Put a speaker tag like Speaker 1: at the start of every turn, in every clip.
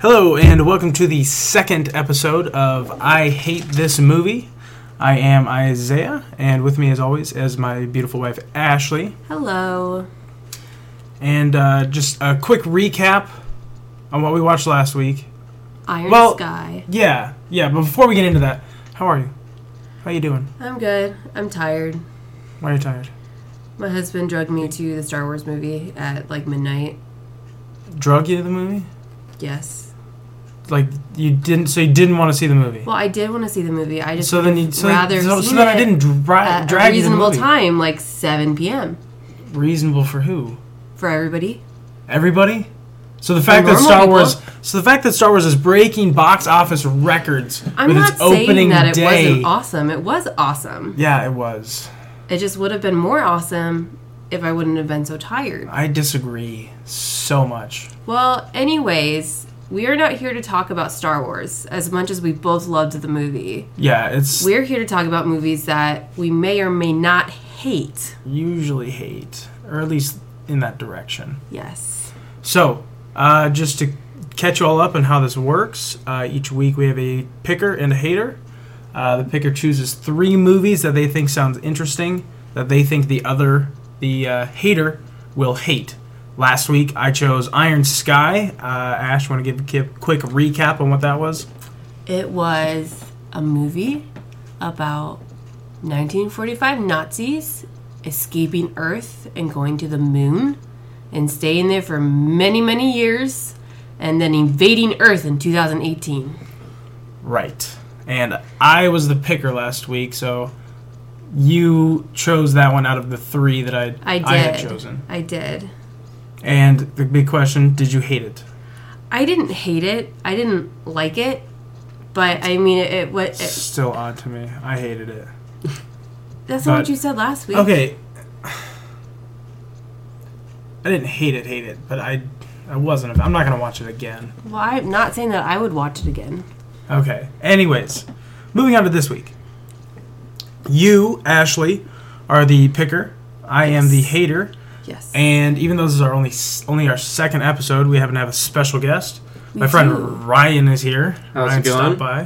Speaker 1: Hello, and welcome to the second episode of I Hate This Movie. I am Isaiah, and with me, as always, is my beautiful wife, Ashley.
Speaker 2: Hello.
Speaker 1: And uh, just a quick recap on what we watched last week.
Speaker 2: Iron
Speaker 1: Well-
Speaker 2: Sky.
Speaker 1: Yeah, yeah, but before we get into that, how are you? How you doing?
Speaker 2: I'm good. I'm tired.
Speaker 1: Why are you tired?
Speaker 2: My husband drugged me to the Star Wars movie at like midnight.
Speaker 1: Drug you to the movie?
Speaker 2: Yes.
Speaker 1: Like you didn't? So you didn't want to see the movie?
Speaker 2: Well, I did want to see the movie. I just
Speaker 1: so then you so,
Speaker 2: rather
Speaker 1: so, so
Speaker 2: seen
Speaker 1: then I
Speaker 2: it
Speaker 1: didn't dra-
Speaker 2: at
Speaker 1: drag
Speaker 2: a
Speaker 1: you to the
Speaker 2: reasonable
Speaker 1: movie.
Speaker 2: time, like 7 p.m.
Speaker 1: Reasonable for who?
Speaker 2: for everybody.
Speaker 1: Everybody. So the fact
Speaker 2: For
Speaker 1: that
Speaker 2: normal
Speaker 1: Star
Speaker 2: people.
Speaker 1: Wars, so the fact that Star Wars is breaking box office records
Speaker 2: I'm
Speaker 1: with
Speaker 2: not
Speaker 1: its opening
Speaker 2: saying that it
Speaker 1: day.
Speaker 2: wasn't awesome. It was awesome.
Speaker 1: yeah, it was.
Speaker 2: It just would have been more awesome if I wouldn't have been so tired.
Speaker 1: I disagree so much.
Speaker 2: Well, anyways, we are not here to talk about Star Wars as much as we both loved the movie.
Speaker 1: Yeah, it's
Speaker 2: We're here to talk about movies that we may or may not hate.
Speaker 1: usually hate, or at least in that direction.
Speaker 2: Yes.
Speaker 1: So, uh, just to catch you all up on how this works, uh, each week we have a picker and a hater. Uh, the picker chooses three movies that they think sounds interesting that they think the other, the uh, hater, will hate. Last week I chose Iron Sky. Uh, Ash, want to give a ki- quick recap on what that was?
Speaker 2: It was a movie about 1945 Nazis escaping Earth and going to the moon and staying there for many, many years and then invading Earth in 2018.
Speaker 1: Right. And I was the picker last week, so you chose that one out of the three that I
Speaker 2: I did.
Speaker 1: had chosen.
Speaker 2: I did.
Speaker 1: And the big question: Did you hate it?
Speaker 2: I didn't hate it. I didn't like it. But I mean, it, it, what, it
Speaker 1: Still odd to me. I hated it.
Speaker 2: that's not
Speaker 1: But-
Speaker 2: what you said last week.
Speaker 1: Okay. I didn't hate it, hate it, but I, I wasn't. I'm not gonna watch it again.
Speaker 2: Well, I'm not saying that I would watch it again.
Speaker 1: Okay. Anyways, moving on to this week. You, Ashley, are the picker. I am the
Speaker 2: Yes.
Speaker 1: hater.
Speaker 2: Yes.
Speaker 1: And even though this is our only s- only our second episode, we happen to have a special guest.
Speaker 2: We
Speaker 1: My friend
Speaker 2: do.
Speaker 1: Ryan is here.
Speaker 3: How's it
Speaker 1: Ryan stopped
Speaker 3: going?
Speaker 1: by.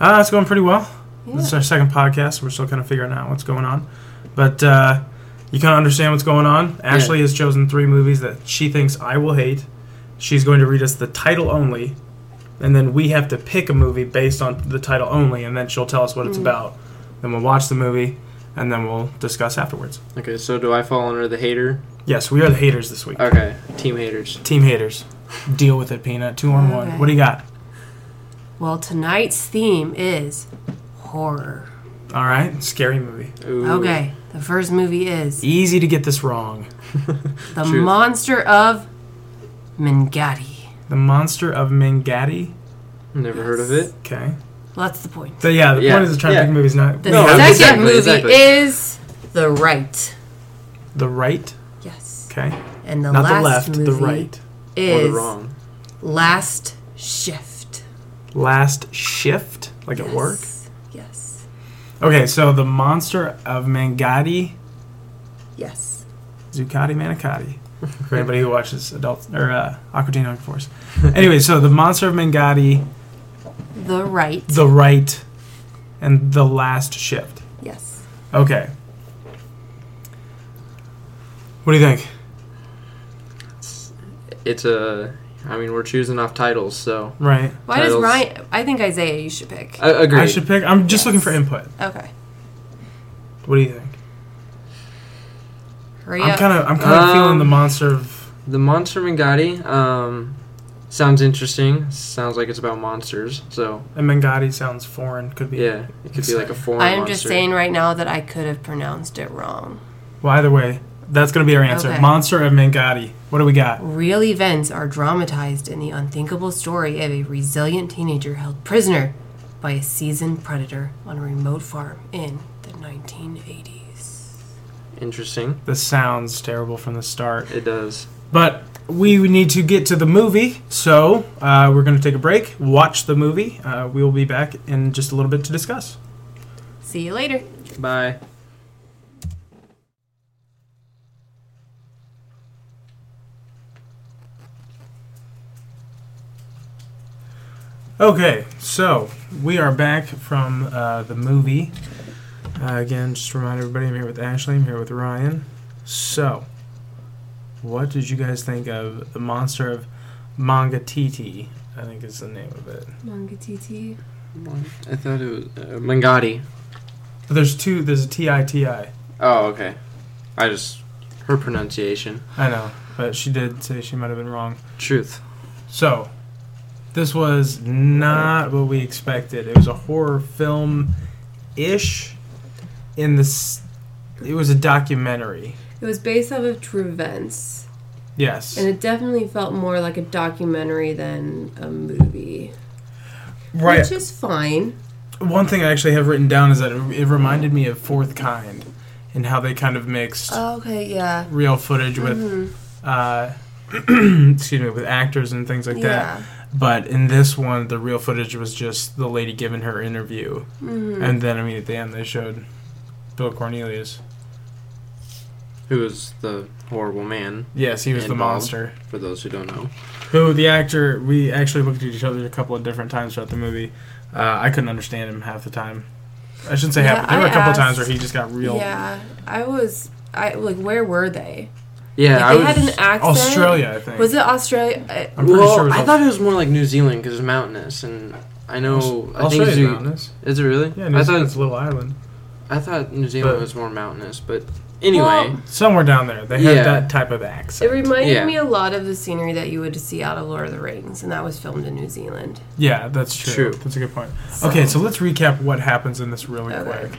Speaker 1: Uh, it's going pretty well.
Speaker 2: Yeah.
Speaker 1: This is our second podcast. We're still kind of figuring out what's going on, but uh, you kind of understand what's going on. Ashley has chosen three movies that she thinks I will hate. She's going to read us the title only, and then we have to pick a movie based on the title only, and then she'll tell us what it's about. Then we'll watch the movie, and then we'll discuss afterwards.
Speaker 3: Okay, so do I fall under the hater?
Speaker 1: Yes, we are the haters this week.
Speaker 3: Okay, team haters.
Speaker 1: Team haters. Deal with it, Peanut. Two on one.
Speaker 2: Okay.
Speaker 1: What do you got?
Speaker 2: Well, tonight's theme is horror.
Speaker 1: All right. Scary movie.
Speaker 3: Ooh.
Speaker 2: Okay, the first movie is
Speaker 1: Easy to get this wrong.
Speaker 2: The
Speaker 3: Truth.
Speaker 2: Monster of Mingati.
Speaker 1: The Monster of Mingati.
Speaker 3: Never heard of it.
Speaker 1: Okay.
Speaker 2: Well, that's the point.
Speaker 1: So, yeah, the
Speaker 3: Yeah,
Speaker 1: point is trying to
Speaker 3: yeah.
Speaker 1: pick movies, not
Speaker 2: The
Speaker 3: No,
Speaker 2: second
Speaker 3: exactly,
Speaker 2: movie
Speaker 3: exactly.
Speaker 2: is The Right.
Speaker 1: the right.
Speaker 2: Yes.
Speaker 1: Okay.
Speaker 2: And the
Speaker 1: not
Speaker 2: last
Speaker 1: the left,
Speaker 2: movie
Speaker 1: the right.
Speaker 3: Or
Speaker 2: is
Speaker 3: the wrong.
Speaker 2: Last Shift.
Speaker 1: Last shift, like at work.
Speaker 2: Yes. Yes.
Speaker 1: Okay, so the Monster of Mangati,
Speaker 2: Yes.
Speaker 1: Zuccotti Manicati. For anybody who watches Adult or uh, Aquatine Hunger Force. Anyway, so the Monster of Mangati,
Speaker 2: The Right.
Speaker 1: the right, and the last shift.
Speaker 2: yes.
Speaker 1: Okay. What do you think?
Speaker 3: It's a. I mean, we're choosing off titles, so Uh,
Speaker 1: Right.
Speaker 2: Why does
Speaker 3: Titles.
Speaker 2: Ryan? I think Isaiah, you should pick.
Speaker 3: I agree.
Speaker 1: I should pick. I'm just
Speaker 2: Yes.
Speaker 1: looking for input.
Speaker 2: okay.
Speaker 1: What do you think?
Speaker 2: Hurry
Speaker 1: I'm
Speaker 2: up.
Speaker 1: kind of. I'm kind of
Speaker 3: Um,
Speaker 1: feeling the monster of.
Speaker 3: the Monster Mangati. Um, sounds interesting. Sounds like it's about monsters. So
Speaker 1: And Mangati sounds foreign. Could be.
Speaker 3: yeah, it could be like a foreign.
Speaker 2: I'm
Speaker 3: monster.
Speaker 2: just saying right now that I could have pronounced it wrong.
Speaker 1: Well, either way, that's gonna be our answer.
Speaker 2: Okay.
Speaker 1: Monster of Mangati. What do we got?
Speaker 2: Real events are dramatized in the unthinkable story of a resilient teenager held prisoner by a seasoned predator on a remote farm in the 1980s.
Speaker 3: Interesting.
Speaker 1: This sounds terrible from the start,
Speaker 3: It does.
Speaker 1: but we need to get to the movie. So uh, we're gonna take a break, watch the movie. Uh, we will be back in just a little bit to discuss.
Speaker 2: See you later.
Speaker 3: Bye.
Speaker 1: Okay, so we are back from uh, the movie. Uh, again, just to remind everybody, I'm here with Ashley. I'm here with Ryan. So, what did you guys think of the monster of Mangatiti? I think is the name of it.
Speaker 2: Manga TT.
Speaker 3: I thought it was uh, Mangati.
Speaker 1: But there's two. There's a T I T I.
Speaker 3: Oh, okay. I just her pronunciation.
Speaker 1: I know, but she did say she might have been wrong.
Speaker 3: Truth.
Speaker 1: So, this was not what we expected. It was a horror film ish. In this, it was a documentary.
Speaker 2: It was based off of true events,
Speaker 1: Yes.
Speaker 2: and it definitely felt more like a documentary than a movie,
Speaker 1: Right.
Speaker 2: which is fine.
Speaker 1: One thing I actually have written down is that it, it reminded me of Fourth Kind and how they kind of mixed
Speaker 2: Oh, Okay, yeah, Mm-hmm.
Speaker 1: real footage with, uh, excuse me, with actors and things like that. But in this one, the real footage was just the lady giving her interview,
Speaker 2: Mm-hmm. Mm.
Speaker 1: and then I mean at the end they showed Bill Cornelius.
Speaker 3: Who is the horrible man?
Speaker 1: Yes, he was
Speaker 3: And
Speaker 1: the
Speaker 3: Bob.
Speaker 1: monster.
Speaker 3: For those who don't know.
Speaker 1: Who the actor? We actually looked at each other a couple of different times throughout the movie. Uh, I couldn't understand him half the time. I shouldn't say
Speaker 2: Yeah,
Speaker 1: half. But there were a
Speaker 2: I
Speaker 1: couple of times where
Speaker 2: asked-
Speaker 1: he just got real.
Speaker 2: Yeah, I was. I like. Where were they?
Speaker 3: Yeah,
Speaker 2: Like,
Speaker 3: I
Speaker 2: they
Speaker 3: was.
Speaker 2: had an accent.
Speaker 1: Australia, I think.
Speaker 2: Was it Australia? I-
Speaker 1: I'm pretty
Speaker 3: well,
Speaker 1: sure it was
Speaker 3: I
Speaker 1: Aus-
Speaker 3: thought it was more like New Zealand because it's mountainous, and I know. I think
Speaker 1: Australia's
Speaker 3: it's New-
Speaker 1: mountainous.
Speaker 3: Is it really?
Speaker 1: Yeah,
Speaker 3: I
Speaker 1: New
Speaker 3: thought
Speaker 1: Zealand's a little island.
Speaker 3: I thought New Zealand
Speaker 1: But-
Speaker 3: was more mountainous, but anyway,
Speaker 2: Well-
Speaker 1: Somewhere down there, they had
Speaker 3: Yeah.
Speaker 1: that type of
Speaker 2: It
Speaker 1: accent.
Speaker 2: reminded
Speaker 3: Yeah.
Speaker 2: me a lot of the scenery that you would see out of Lord of the Rings, and that was filmed in New Zealand.
Speaker 1: yeah, that's true.
Speaker 3: True.
Speaker 1: That's a good point. Okay, so let's recap what happens in this really
Speaker 2: Okay.
Speaker 1: quick.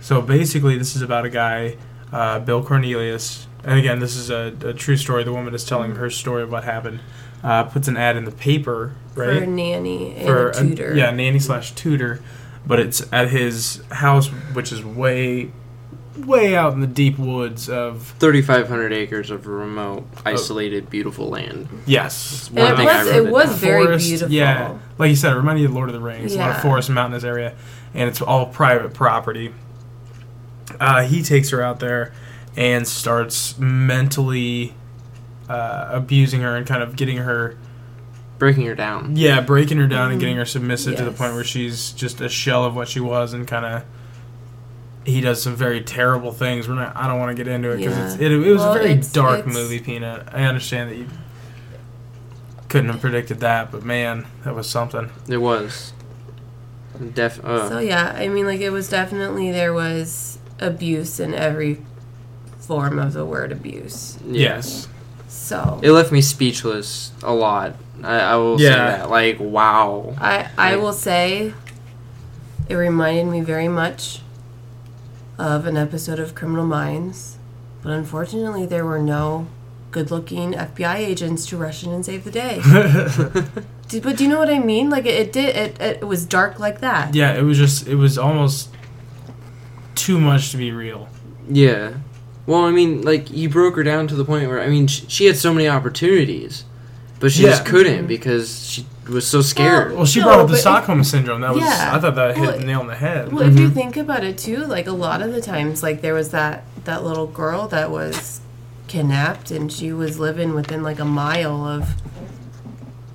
Speaker 1: So basically, this is about a guy, uh, Bill Cornelius, and again, this is a, a true story. The woman is telling her story of what happened. Uh, puts an ad in the paper,
Speaker 2: for a
Speaker 1: right?
Speaker 2: nanny and
Speaker 1: For
Speaker 2: a
Speaker 1: a-
Speaker 2: tutor.
Speaker 1: yeah, nanny slash tutor, but it's at his house, which is way, way out in the deep woods of
Speaker 3: 3,500 acres of remote,
Speaker 1: Oh.
Speaker 3: isolated, beautiful land.
Speaker 1: yes,
Speaker 2: And
Speaker 3: One
Speaker 2: it
Speaker 3: thing I
Speaker 2: was,
Speaker 3: wrote
Speaker 2: it
Speaker 3: it
Speaker 2: was
Speaker 3: down.
Speaker 2: very
Speaker 1: forest-
Speaker 2: beautiful.
Speaker 1: Yeah, like you said, it reminded you of Lord of the Rings. A lot
Speaker 2: Yeah.
Speaker 1: of forest, mountainous area, and it's all private property. Uh, he takes her out there and starts mentally uh, abusing her and kind of getting her,
Speaker 3: Breaking her down.
Speaker 1: yeah, breaking her down and getting her submissive to the
Speaker 2: Mm-hmm. Yes.
Speaker 1: point where she's just a shell of what she was and kind of. He does some very terrible things. We're not. I don't want to get into it because
Speaker 2: Yeah.
Speaker 1: it, it was
Speaker 2: Well,
Speaker 1: a very
Speaker 2: it's-
Speaker 1: dark
Speaker 2: it's-
Speaker 1: movie. Peanut. I understand that you couldn't have predicted that, but man, that was something.
Speaker 3: There was. Def- uh,
Speaker 2: So yeah, I mean, like it was definitely there was abuse in every form of the word abuse.
Speaker 3: yeah.
Speaker 1: Yes.
Speaker 2: So
Speaker 3: It left me speechless a lot. I, I will say
Speaker 1: Yeah.
Speaker 3: that. Like, wow.
Speaker 2: I I will say, it reminded me very much of an episode of Criminal Minds, but unfortunately there were no good-looking FBI agents to rush in and save the day. Do- but do you know what I mean? Like it, it did. It, it was dark like that.
Speaker 1: Yeah, it was just it was almost too much to be real.
Speaker 3: Yeah. Well, I mean, like, you broke her down to the point where, I mean, she, she had so many opportunities, but she just
Speaker 1: Yeah.
Speaker 3: couldn't because she was so scared.
Speaker 1: Well, she
Speaker 2: No,
Speaker 1: brought up the
Speaker 2: but it-
Speaker 1: Stockholm syndrome. That was
Speaker 2: Yeah.
Speaker 1: I thought that hit
Speaker 2: Well,
Speaker 1: the nail on the head.
Speaker 2: Well, if you think about it too, like a lot of the times, like there was that that little girl that was kidnapped, and she was living within like a mile of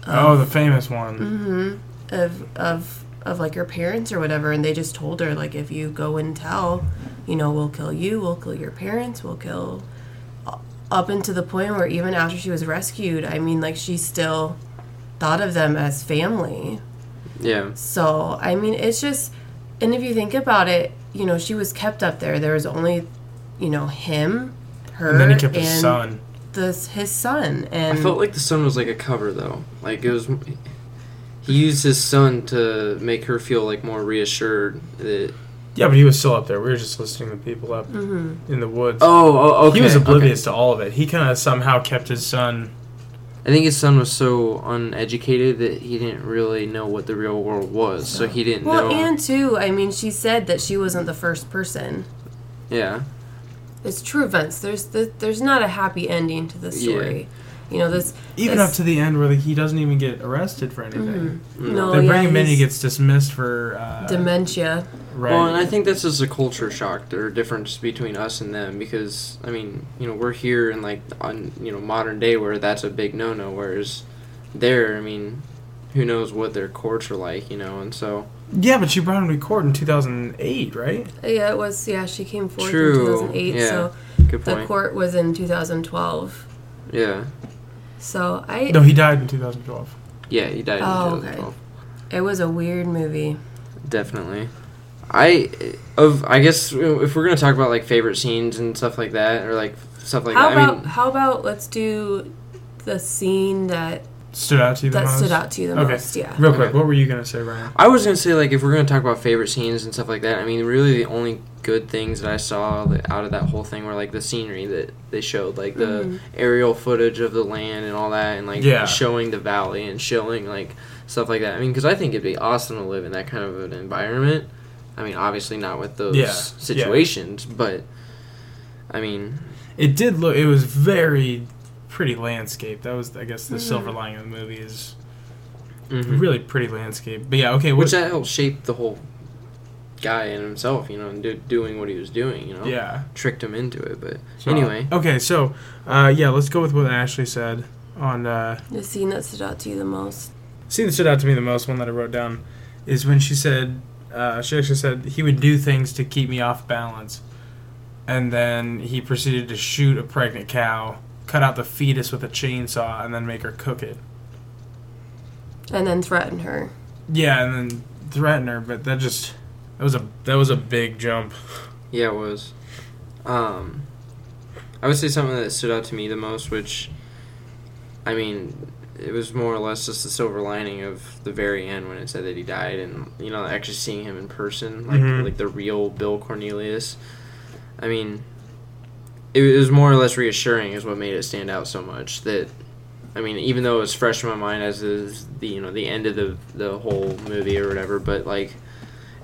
Speaker 1: oh, the famous one.
Speaker 2: Mm-hmm. of of of like her parents or whatever, and they just told her like if you go and tell, you know, we'll kill you, we'll kill your parents, we'll kill. Up until the point where even after she was rescued, I mean, like she still thought of them as family.
Speaker 3: yeah.
Speaker 2: So, I mean, it's just, and if you think about it, you know, she was kept up there. There was only, you know, him, her,
Speaker 1: And then he kept his son.
Speaker 2: this- his son. And
Speaker 3: I felt like the son was like a cover, though. Like, it was. He used his son to make her feel, like, more reassured that.
Speaker 1: Yeah, but he was still up there. We were just listening to people up in the woods.
Speaker 3: Oh, oh okay.
Speaker 1: he was
Speaker 3: okay.
Speaker 1: oblivious to all of it. He kind of somehow kept his son.
Speaker 3: I think his son was so uneducated that he didn't really know what the real world was, so he didn't
Speaker 2: well,
Speaker 3: know.
Speaker 2: and too, I mean, she said that she wasn't the first person.
Speaker 3: yeah,
Speaker 2: It's true events. There's the, there's not a happy ending to this
Speaker 3: Yeah.
Speaker 2: story. You know, this.
Speaker 1: Even
Speaker 2: this,
Speaker 1: up to the end, where he doesn't even get arrested for anything.
Speaker 3: Mm.
Speaker 2: no,
Speaker 1: They bring
Speaker 2: Oh, yeah,
Speaker 1: him in, he
Speaker 2: he's
Speaker 1: gets dismissed for uh,
Speaker 2: dementia.
Speaker 1: right.
Speaker 3: Well, and I think that's just a culture shock or difference between us and them because I mean, you know, we're here in like on you know modern day where that's a big no-no, whereas there, I mean, who knows what their courts are like, you know, and so
Speaker 1: Yeah, but she brought him to court in 2008, right?
Speaker 2: Yeah, it was. Yeah, she came forth
Speaker 3: True,
Speaker 2: in 2008,
Speaker 3: yeah,
Speaker 2: so
Speaker 3: good
Speaker 2: the
Speaker 3: point.
Speaker 2: court was in 2012.
Speaker 3: Yeah,
Speaker 2: So I,
Speaker 1: No, he died in 2012.
Speaker 3: yeah, he died
Speaker 2: Oh,
Speaker 3: in
Speaker 2: okay.
Speaker 3: 2012.
Speaker 2: it was a weird movie.
Speaker 3: Definitely. I of I guess if we're gonna talk about like favorite scenes and stuff like that, or like stuff like
Speaker 2: how
Speaker 3: that.
Speaker 2: about
Speaker 3: I mean,
Speaker 2: how about let's do the scene that
Speaker 1: Stood out to you the
Speaker 2: that
Speaker 1: most?
Speaker 2: stood out to you the
Speaker 1: Okay.
Speaker 2: most? Yeah.
Speaker 1: Real quick,
Speaker 3: Okay.
Speaker 1: what were you gonna say, Ryan?
Speaker 3: I was gonna say like if we're gonna talk about favorite scenes and stuff like that. I mean, really the only good things that I saw that, out of that whole thing were like the scenery that they showed, like the aerial footage of the land and all that, and like
Speaker 1: Yeah.
Speaker 3: showing the valley and showing like stuff like that. I mean, because I think it'd be awesome to live in that kind of an environment. I mean, obviously not with those
Speaker 1: Yeah, yeah.
Speaker 3: situations, but I mean,
Speaker 1: It did look. It was very pretty landscape. That was, I guess, the silver lining of the movie is
Speaker 3: mhm.
Speaker 1: really pretty landscape. But yeah, okay. What,
Speaker 3: which that helped shape the whole guy and himself, you know, and do, doing what he was doing, you know,
Speaker 1: yeah.
Speaker 3: tricked him into it. But
Speaker 1: So-
Speaker 3: anyway,
Speaker 1: Okay, so uh, yeah, let's go with what Ashley said on. Uh,
Speaker 2: The scene that stood out to you the most.
Speaker 1: scene that stood out to me the most, one that I wrote down, is when she said, uh, she actually said, he would do things to keep me off balance. And then he proceeded to shoot a pregnant cow, cut out the fetus with a chainsaw, and then make her cook it.
Speaker 2: And then threaten her.
Speaker 1: Yeah, and then threaten her, but that just. That was a that was a big jump.
Speaker 3: yeah, it was. Um, I would say something that stood out to me the most, which, I mean, it was more or less just the silver lining of the very end when it said that he died, and you know, actually seeing him in person, like
Speaker 1: Mhm.
Speaker 3: like the real Bill Cornelius. I mean, it was more or less reassuring, is what made it stand out so much. That, I mean, even though it was fresh in my mind as is the you know the end of the the whole movie or whatever, but like.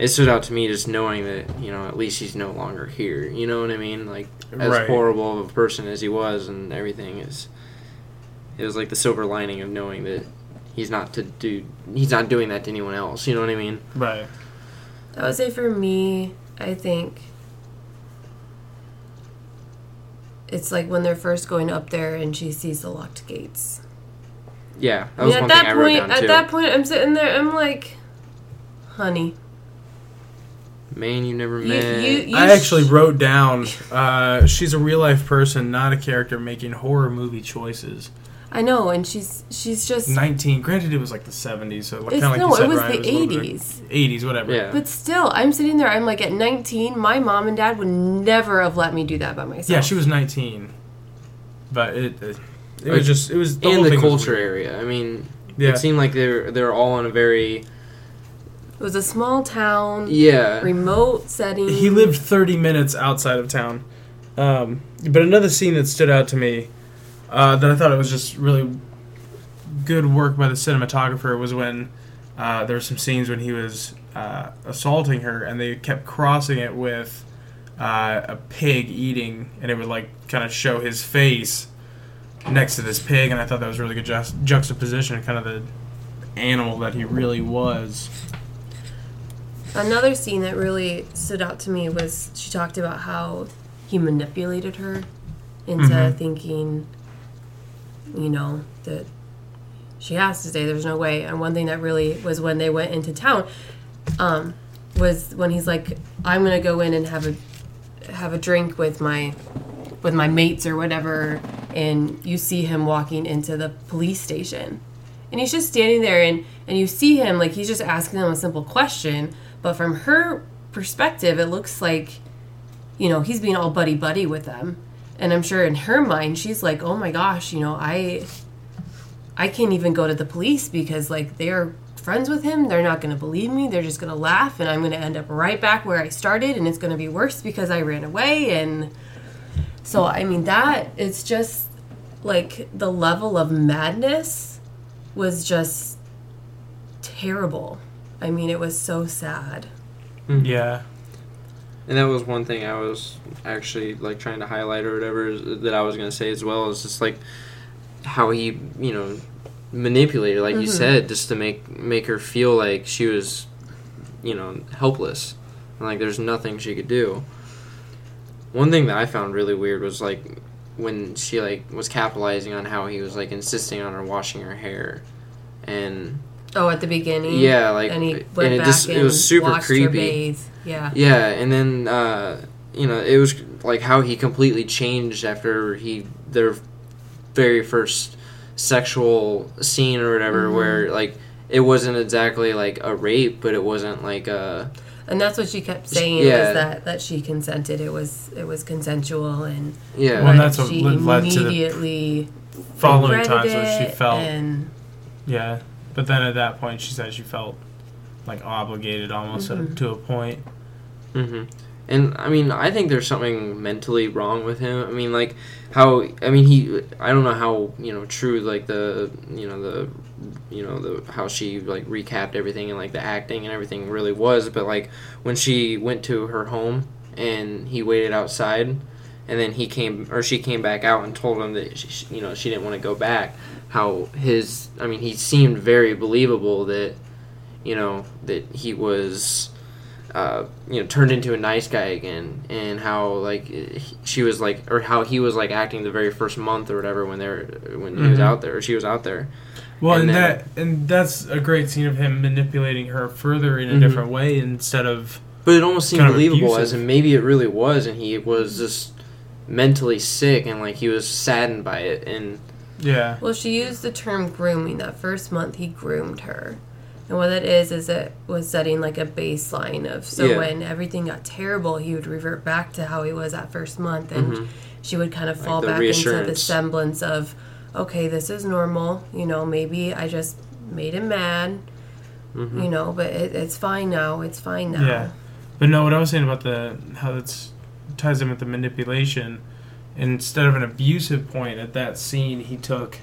Speaker 3: It stood out to me just knowing that you know at least he's no longer here. You know what I mean? Like as
Speaker 1: Right.
Speaker 3: horrible of a person as he was and everything is it was like the silver lining of knowing that he's not to do he's not doing that to anyone else you know what i mean
Speaker 1: Right.
Speaker 2: I would say for me, I think it's like when they're first going up there and she sees the locked gates.
Speaker 3: yeah that
Speaker 2: I
Speaker 3: was
Speaker 2: mean, at
Speaker 3: one
Speaker 2: that
Speaker 3: thing i wrote
Speaker 2: point,
Speaker 3: down
Speaker 2: at
Speaker 3: too
Speaker 2: that point, I'm sitting there, I'm like, honey,
Speaker 3: man you never
Speaker 2: you,
Speaker 3: met
Speaker 2: you, you
Speaker 1: I actually
Speaker 2: sh-
Speaker 1: wrote down uh, she's a real life person, not a character making horror movie choices.
Speaker 2: I know, and she's she's just,
Speaker 1: Nineteen. Granted, it was like the seventies, so like, kind
Speaker 2: it's,
Speaker 1: of like
Speaker 2: no,
Speaker 1: you said,
Speaker 2: it was
Speaker 1: Ryan,
Speaker 2: the
Speaker 1: a little bit-
Speaker 2: 80s.
Speaker 1: 80s, whatever.
Speaker 3: yeah
Speaker 2: But still, I'm sitting there, I'm like, at 19, my mom and dad would never have let me do that by myself.
Speaker 1: Yeah, she was 19. But it it, it
Speaker 3: Like,
Speaker 1: was just it was
Speaker 3: and
Speaker 1: whole
Speaker 3: the
Speaker 1: thing was
Speaker 3: culture
Speaker 1: weird.
Speaker 3: area i mean
Speaker 1: Yeah.
Speaker 3: it seemed like they're they're all in a very
Speaker 2: It was a small town,
Speaker 3: yeah
Speaker 2: remote setting.
Speaker 1: he lived 30 minutes outside of town. Um, but another scene that stood out to me uh, that I thought it was just really good work by the cinematographer was when uh, there were some scenes when he was uh, assaulting her and they kept crossing it with uh, a pig eating and it would like kind of show his face next to this pig and I thought that was really good ju- juxtaposition kind of the animal that he really was.
Speaker 2: Another scene that really stood out to me was she talked about how he manipulated her into
Speaker 1: Mhm.
Speaker 2: thinking, you know, that she has to stay. There's no way. And one thing that really was when they went into town, um, was when he's like, "I'm gonna go in and have a have a drink with my with my mates or whatever," and you see him walking into the police station and he's just standing there and and you see him like he's just asking them a simple question but from her perspective it looks like you know he's being all buddy buddy with them and i'm sure in her mind she's like oh my gosh you know i i can't even go to the police because like they're friends with him they're not going to believe me they're just going to laugh and i'm going to end up right back where i started and it's going to be worse because i ran away and so i mean that it's just like the level of madness was just terrible. I mean, it was so sad.
Speaker 1: Yeah.
Speaker 3: and that was one thing i was actually like trying to highlight or whatever is, that i was gonna say as well is just like how he you know manipulated like you
Speaker 2: Mm-hmm.
Speaker 3: said just to make make her feel like she was you know helpless and like there's nothing she could do one thing that i found really weird was like when she like was capitalizing on how he was like insisting on her washing her hair and
Speaker 2: Oh, at the beginning.
Speaker 3: Yeah, like
Speaker 2: and he
Speaker 3: and
Speaker 2: went
Speaker 3: it
Speaker 2: back
Speaker 3: just
Speaker 2: and
Speaker 3: it was super
Speaker 2: watched Her
Speaker 3: creepy.
Speaker 2: bathe. Yeah.
Speaker 3: Yeah, and then uh, you know it was like how he completely changed after he their very first sexual scene or whatever, where like it wasn't exactly like a rape, but it wasn't like a
Speaker 2: And that's what she kept saying
Speaker 3: yeah.
Speaker 2: was that that she consented. It was it was consensual and
Speaker 3: yeah.
Speaker 1: Well,
Speaker 2: but
Speaker 1: that's what
Speaker 2: she
Speaker 1: led- led to the
Speaker 2: immediately
Speaker 1: Following
Speaker 2: regretted
Speaker 1: times where she
Speaker 2: it
Speaker 1: felt
Speaker 2: and
Speaker 1: yeah, but then at that point she said she felt like obligated almost at a- to a point.
Speaker 3: hmm And I mean, I think there's something mentally wrong with him. I mean, like how I mean he I don't know how you know true like the you know the you know the how she like recapped everything and like the acting and everything really was, but like when she went to her home and he waited outside, and then he came or she came back out and told him that she, you know she didn't want to go back. How his I mean he seemed very believable that you know that he was uh, you know turned into a nice guy again and how like he- she was like or how he was like acting the very first month or whatever when they're when he was
Speaker 1: Mhm.
Speaker 3: out there or she was out there
Speaker 1: Well, and,
Speaker 3: And then-
Speaker 1: that and that's a great scene of him manipulating her further in a
Speaker 3: Mhm.
Speaker 1: different way instead of
Speaker 3: but it almost seemed
Speaker 1: Kind of
Speaker 3: believable
Speaker 1: abusive.
Speaker 3: as and maybe it really was and he was just mentally sick and like he was saddened by it and
Speaker 1: yeah.
Speaker 2: well, she used the term grooming. That first month he groomed her. And what that is is it was setting like a baseline of so
Speaker 3: Yeah.
Speaker 2: when everything got terrible, he would revert back to how he was that first month and
Speaker 1: Mm-hmm,
Speaker 3: Mhm.
Speaker 2: she would kind of fall
Speaker 3: the
Speaker 2: back into the
Speaker 3: reassurance.
Speaker 2: semblance of okay this is normal you know maybe i just made him mad
Speaker 1: mm-hmm.
Speaker 3: Mhm.
Speaker 2: you know but it, it's fine now it's fine now
Speaker 1: Yeah, but no, what I was saying about the how that's ties in with the manipulation. Instead of an abusive point at that scene, he took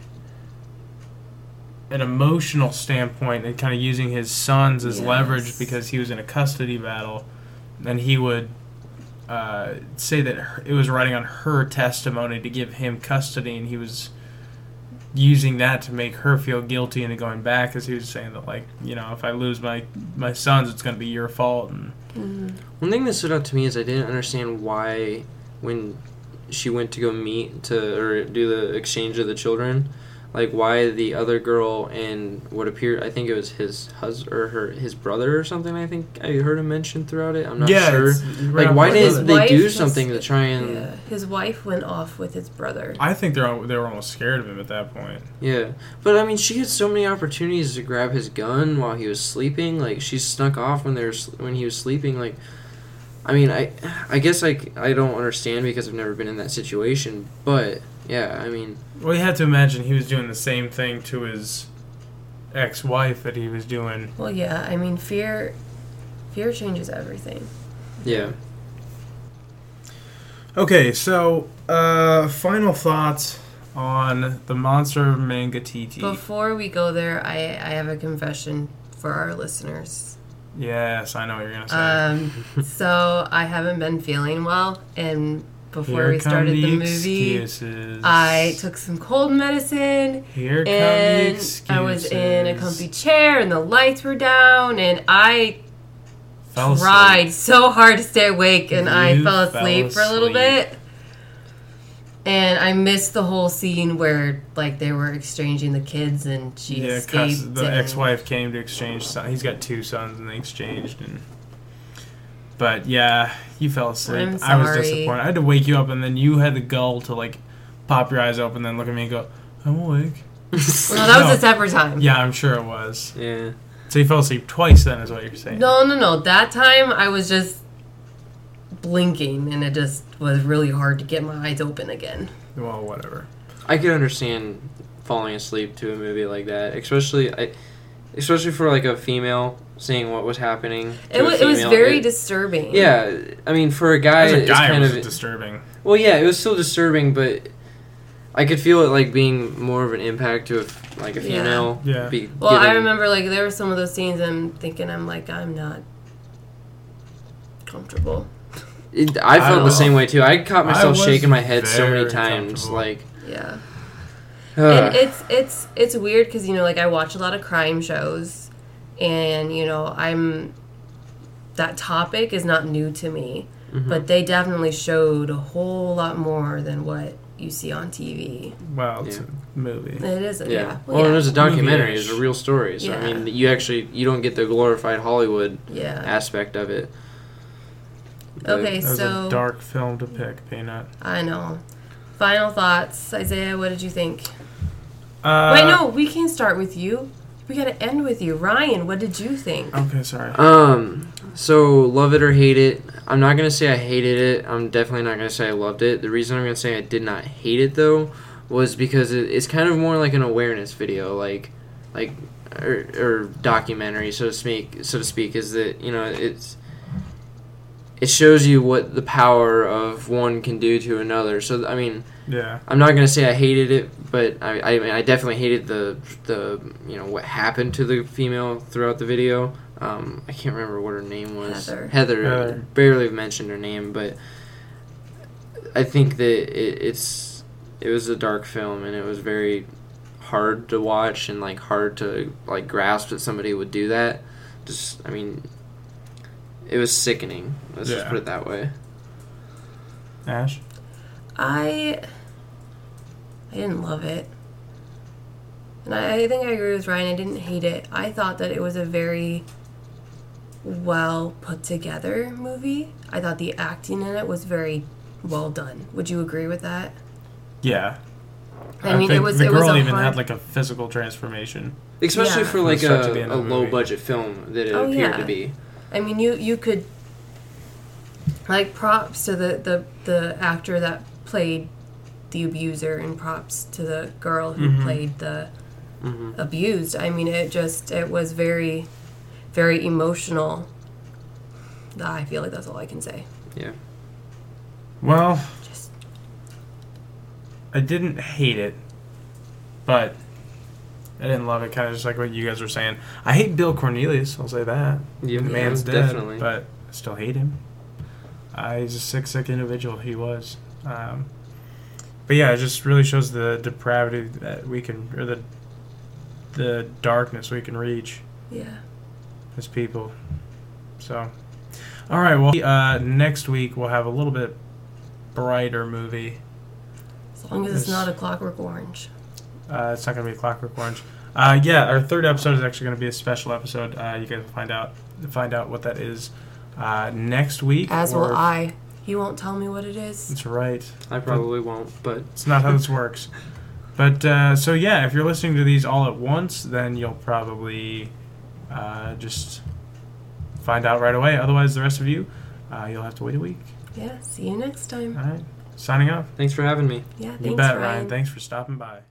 Speaker 1: an emotional standpoint and kind of using his sons as
Speaker 2: Yes.
Speaker 1: leverage because he was in a custody battle, and he would uh, say that her- it was writing on her testimony to give him custody, and he was using that to make her feel guilty into going back because he was saying that like you know if I lose my my sons it's gonna be your fault and
Speaker 3: one thing that stood out to me is i didn't understand why when she went to go meet to or do the exchange of the children like why the other girl and what appeared i think it was his hus or her his brother or something i think i heard him mention throughout it i'm not sure
Speaker 1: it's- we're
Speaker 3: like
Speaker 1: not
Speaker 3: why
Speaker 1: really
Speaker 2: His
Speaker 1: good.
Speaker 3: did they
Speaker 2: wife
Speaker 3: do
Speaker 2: was-
Speaker 3: something to try and
Speaker 2: Yeah. his wife went off with his brother
Speaker 1: I think they're all, they were almost scared of him at that point.
Speaker 3: Yeah, but I mean, she had so many opportunities to grab his gun while he was sleeping. Like she snuck off when they were, s- when he was sleeping. Like, I mean, I I guess like I don't understand because I've never been in that situation. But yeah, I mean,
Speaker 1: Well, you had to imagine he was doing the same thing to his ex-wife that he was doing.
Speaker 2: well yeah i mean fear fear changes everything
Speaker 3: yeah,
Speaker 1: Okay, so uh, final thoughts on the monster of Mangatiti.
Speaker 2: before we go there i i have a confession for our listeners
Speaker 1: yes, I know what you're gonna say.
Speaker 2: Um, so I haven't been feeling well, and before
Speaker 1: Here
Speaker 2: we
Speaker 1: come
Speaker 2: started the,
Speaker 1: the
Speaker 2: movie,
Speaker 1: excuses.
Speaker 2: I took some cold medicine,
Speaker 1: Here come the
Speaker 2: and
Speaker 1: excuses.
Speaker 2: I was in a comfy chair, and the lights were down, and I
Speaker 1: Fell asleep.
Speaker 2: tried so hard to stay awake, and I
Speaker 1: You
Speaker 2: fell
Speaker 1: fell
Speaker 2: asleep for a little
Speaker 1: asleep.
Speaker 2: bit. And I missed the whole scene where like they were exchanging the kids, and she
Speaker 1: Yeah,
Speaker 2: escaped.
Speaker 1: cause the
Speaker 2: and-
Speaker 1: ex-wife came to exchange. Son. He's got two sons, and they exchanged. And but yeah, you fell asleep.
Speaker 2: I'm
Speaker 1: I was
Speaker 2: sorry.
Speaker 1: disappointed. I had to wake you up, and then you had the gall to like pop your eyes open, then look at me and go, "I'm awake."
Speaker 2: No, that was
Speaker 1: No.
Speaker 2: a separate time.
Speaker 1: Yeah, I'm sure it was.
Speaker 3: yeah.
Speaker 1: So you fell asleep twice. Then is what you're saying.
Speaker 2: No, no, no. That time I was just blinking and it just was really hard to get my eyes open again.
Speaker 1: Well, whatever.
Speaker 3: I could understand falling asleep to a movie like that, especially I, especially for like a female seeing what was happening. to
Speaker 2: It,
Speaker 3: a
Speaker 2: wa- it was
Speaker 3: female.
Speaker 2: very
Speaker 3: It-
Speaker 2: disturbing.
Speaker 3: yeah, I mean, for a guy,
Speaker 1: As a
Speaker 3: it's
Speaker 1: guy, it
Speaker 3: kind
Speaker 1: was
Speaker 3: of
Speaker 1: disturbing.
Speaker 3: Well, yeah, it was still disturbing, but I could feel it like being more of an impact to a, like a
Speaker 2: Yeah.
Speaker 3: female.
Speaker 1: Yeah.
Speaker 3: Be
Speaker 2: Well, I
Speaker 3: given-
Speaker 2: remember like there were some of those scenes I'm thinking I'm like I'm not comfortable.
Speaker 3: It, I
Speaker 1: I
Speaker 3: felt the
Speaker 1: was-
Speaker 3: same way too. I caught
Speaker 1: I
Speaker 3: myself
Speaker 1: was
Speaker 3: shaking my head so many
Speaker 1: very
Speaker 3: times.
Speaker 1: uncomfortable.
Speaker 3: Like,
Speaker 2: Yeah.
Speaker 3: ugh.
Speaker 1: Uh.
Speaker 2: and it's it's it's weird because you know like i watch a lot of crime shows and you know i'm that
Speaker 1: Mm-hmm.
Speaker 2: topic is not new to me but they definitely showed a whole lot more than what you see on TV.
Speaker 1: Well, it's
Speaker 3: Yeah.
Speaker 1: a movie.
Speaker 2: It is, a,
Speaker 3: Yeah.
Speaker 2: yeah.
Speaker 3: Well, it was a documentary. It
Speaker 1: Movie-ish.
Speaker 3: was a real story. So I
Speaker 2: Yeah.
Speaker 3: mean, you actually you don't get the glorified Hollywood
Speaker 2: yeah.
Speaker 3: aspect of it. But-
Speaker 2: Okay,
Speaker 1: That was
Speaker 2: so
Speaker 1: a dark film to pick, Peanut.
Speaker 2: I know. Final thoughts, Isaiah. What did you think?
Speaker 1: Uh,
Speaker 2: Wait, no, we can't start with you. We got to end with you, Ryan. What did you think?
Speaker 1: Uh, Okay, sorry.
Speaker 3: Um, so love it or hate it. I'm not gonna say I hated it. I'm definitely not gonna say I loved it. The reason I'm gonna say I did not hate it though was because it, it's kind of more like an awareness video, like, like, or, or documentary, so to speak. So to speak is that you know it's it shows you what the power of one can do to another. So I mean,
Speaker 1: Yeah.
Speaker 3: I'm not gonna say I hated it, but I, I mean I definitely hated the the you know what happened to the female throughout the video. Um, I can't remember what her name was.
Speaker 2: Heather.
Speaker 1: Heather.
Speaker 3: I barely mentioned her name, but I think that it, it's it was a dark film and it was very hard to watch and like hard to like grasp that somebody would do that. Just I mean, it was sickening. Let's just
Speaker 1: Yeah.
Speaker 3: put it that way.
Speaker 1: Ash?
Speaker 2: I I didn't love it. And I, I think I agree with Ryan. I didn't hate it. I thought that it was a very well put together movie. I thought the acting in it was very well done. Would you agree with that?
Speaker 1: Yeah.
Speaker 2: I, mean, it
Speaker 1: think
Speaker 2: was
Speaker 1: the
Speaker 2: it
Speaker 1: girl
Speaker 2: was a
Speaker 1: even
Speaker 2: hard.
Speaker 1: had like a physical transformation.
Speaker 3: Especially
Speaker 2: Yeah.
Speaker 3: for like
Speaker 1: From start to the
Speaker 3: a,
Speaker 1: end
Speaker 3: a
Speaker 1: of the
Speaker 3: low
Speaker 1: movie.
Speaker 3: budget film that it
Speaker 2: Oh,
Speaker 3: appeared
Speaker 2: yeah.
Speaker 3: to be.
Speaker 2: I mean, you you could like props to the the the actor that played the abuser, and props to the girl who
Speaker 1: Mhm.
Speaker 2: played the
Speaker 3: Mhm.
Speaker 2: Mm-hmm. abused. I mean, it just it was very very emotional. I feel like that's all I can say.
Speaker 3: Yeah.
Speaker 1: Well,
Speaker 2: Just
Speaker 1: I didn't hate it, but I didn't love it. Kind of just like what you guys were saying. I hate Bill Cornelius. I'll say that.
Speaker 3: Yeah,
Speaker 1: the man's
Speaker 3: yeah,
Speaker 1: dead,
Speaker 3: definitely.
Speaker 1: but I still hate him. Uh, he's a sick, sick individual. He was. Um, but yeah, it just really shows the depravity that we can, or the the darkness we can reach
Speaker 2: yeah.
Speaker 1: as people. So, all right. Well, uh, next week we'll have a little bit brighter movie.
Speaker 2: As long as it's
Speaker 1: Yes.
Speaker 2: not a Clockwork Orange.
Speaker 1: Uh, it's not going to be Clockwork Orange. Uh, yeah, our third episode is actually going to be a special episode. Uh, you guys will find out find out what that is uh, next week.
Speaker 2: As will
Speaker 1: or-
Speaker 2: I. You won't tell me what it is.
Speaker 1: That's right.
Speaker 3: I probably won't, but
Speaker 1: It's not how this works. But uh, so yeah, if you're listening to these all at once, then you'll probably uh, just find out right away. Otherwise, the rest of you, uh, you'll have to wait a week.
Speaker 2: Yeah. See you next time.
Speaker 1: All right, signing off.
Speaker 3: thanks for having me.
Speaker 2: Yeah. Thanks,
Speaker 1: you bet,
Speaker 2: Ryan.
Speaker 1: Ryan. Thanks for stopping by.